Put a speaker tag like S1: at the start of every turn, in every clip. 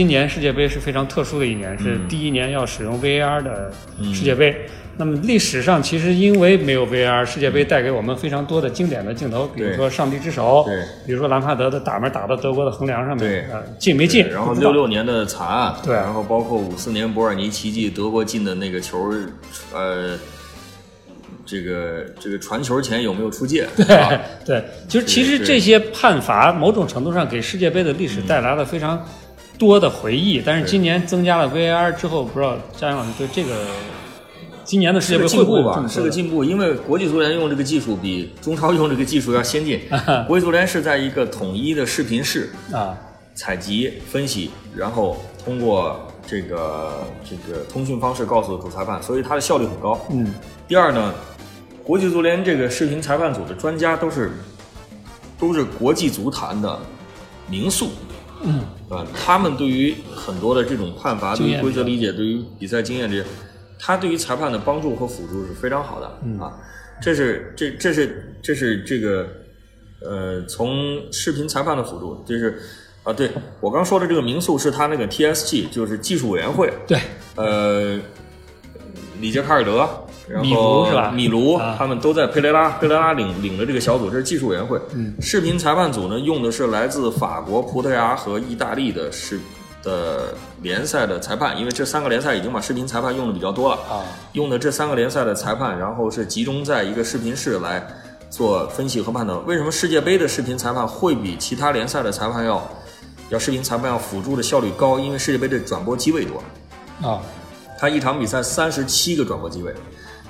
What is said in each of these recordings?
S1: 今年世界杯是非常特殊的一
S2: 嗯
S1: 年，是第一年要使用 VAR 的世界杯。那么历史上其实因为没有 VAR，世界杯带给我们非常多的经典的镜头，比如
S2: 对
S1: 说上帝之手
S2: 对，
S1: 比如说兰帕德的打门打到德国的横梁上
S2: 对
S1: 面，呃，进没进？
S2: 然
S1: 不
S2: 后
S1: 知道
S2: 六六年的惨案，
S1: 对
S2: 然后包括五四年伯尔尼奇迹，德国进的那个球，呃，这个这个传球前有没有出界？对、啊，
S1: 哎对，就是其
S2: 是
S1: 实
S2: 是
S1: 这些判罚某种程度上给世界杯的历史带来了非常多的回忆，但是今年增加了 VAR 之后，不知道家长老师对这个今年的世
S2: 是
S1: 界
S2: 个
S1: 杯
S2: 进
S1: 会不
S2: 步
S1: 会有这
S2: 吧，
S1: 么
S2: 是
S1: 多
S2: 个
S1: 的
S2: 进步，因为国际足联用这个技术比中超用这个技术要 先进。国际足联是在一个统一的视频室
S1: 啊？
S2: 采集、分析，然后通过这个这个通讯方式告诉主裁判，所以它的效率很高。
S1: 嗯，
S2: 第二呢，国际足联这个视频裁判组的专家都是都是国际足坛的名宿，
S1: 嗯，
S2: 啊，他们对于很多的这种判罚、对
S1: 经
S2: 于
S1: 验
S2: 规则理解、对于比赛经验这些，他对于裁判的帮助和辅助是非常好的、啊。这是这这是这是这个呃，从视频裁判的辅助，就是啊，对我刚说的这个名宿是他那个 TSG，就是技术委员会，
S1: 对，
S2: 呃，里杰卡尔德，然后
S1: 米卢是吧
S2: 米卢
S1: 啊
S2: 他们都在佩雷拉，佩雷拉领领着这个小组，这是技术委员会。视频裁判组呢，用的是来自法国、葡萄牙和意大利的视的联赛的裁判，因为这三个联赛已经把视频裁判用的比较多了
S1: 啊。
S2: 用的这三个联赛的裁判，然后是集中在一个视频室来做分析和判断。为什么世界杯的视频裁判会比其他联赛的裁判要要视频裁判要辅助的效率高？因为世界杯的转播机位多。
S1: 啊，
S2: 他一场比赛三十七个转播机位，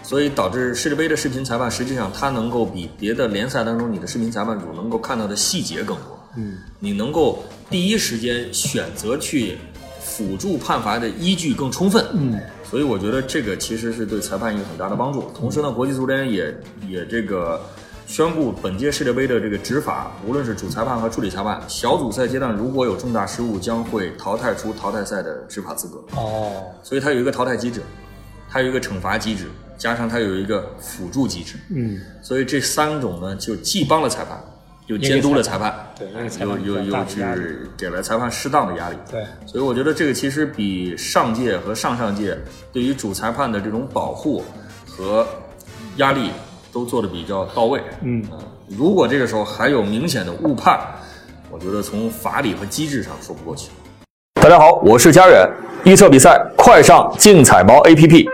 S2: 所以导致世界杯的视频裁判实际上他能够比别的联赛当中你的视频裁判组能够看到的细节更多。嗯，你能够第一时间选择去辅助判罚的依据更充分。嗯，所以我觉得这个其实是对裁判一个很大的帮助。同时呢，国际足联也也这个。宣布本届世界杯的这个执法，无论是主裁判和助理裁判，小组赛阶段如果有重大失误，将会淘汰出淘汰赛的执法资格。
S1: 哦，
S2: 所以它有一个淘汰机制，它有一个惩罚机制，加上它有一个辅助机制，
S1: 嗯，
S2: 所以这三种呢，就既帮了裁判，又监督了裁判，
S1: 对那个裁
S2: 又
S1: 判
S2: 又
S1: 比较大
S2: 又
S1: 的压力
S2: 是给了裁判适当的压力。
S1: 对，
S2: 所以我觉得这个其实比上届和上上届对于主裁判的这种保护和压力都做的比较到位。
S1: 嗯
S2: 呃如果这个时候还有明显的误判，我觉得从法理和机制上说不过去。大家好，我是佳远。预测比赛，快上竞彩猫 APP。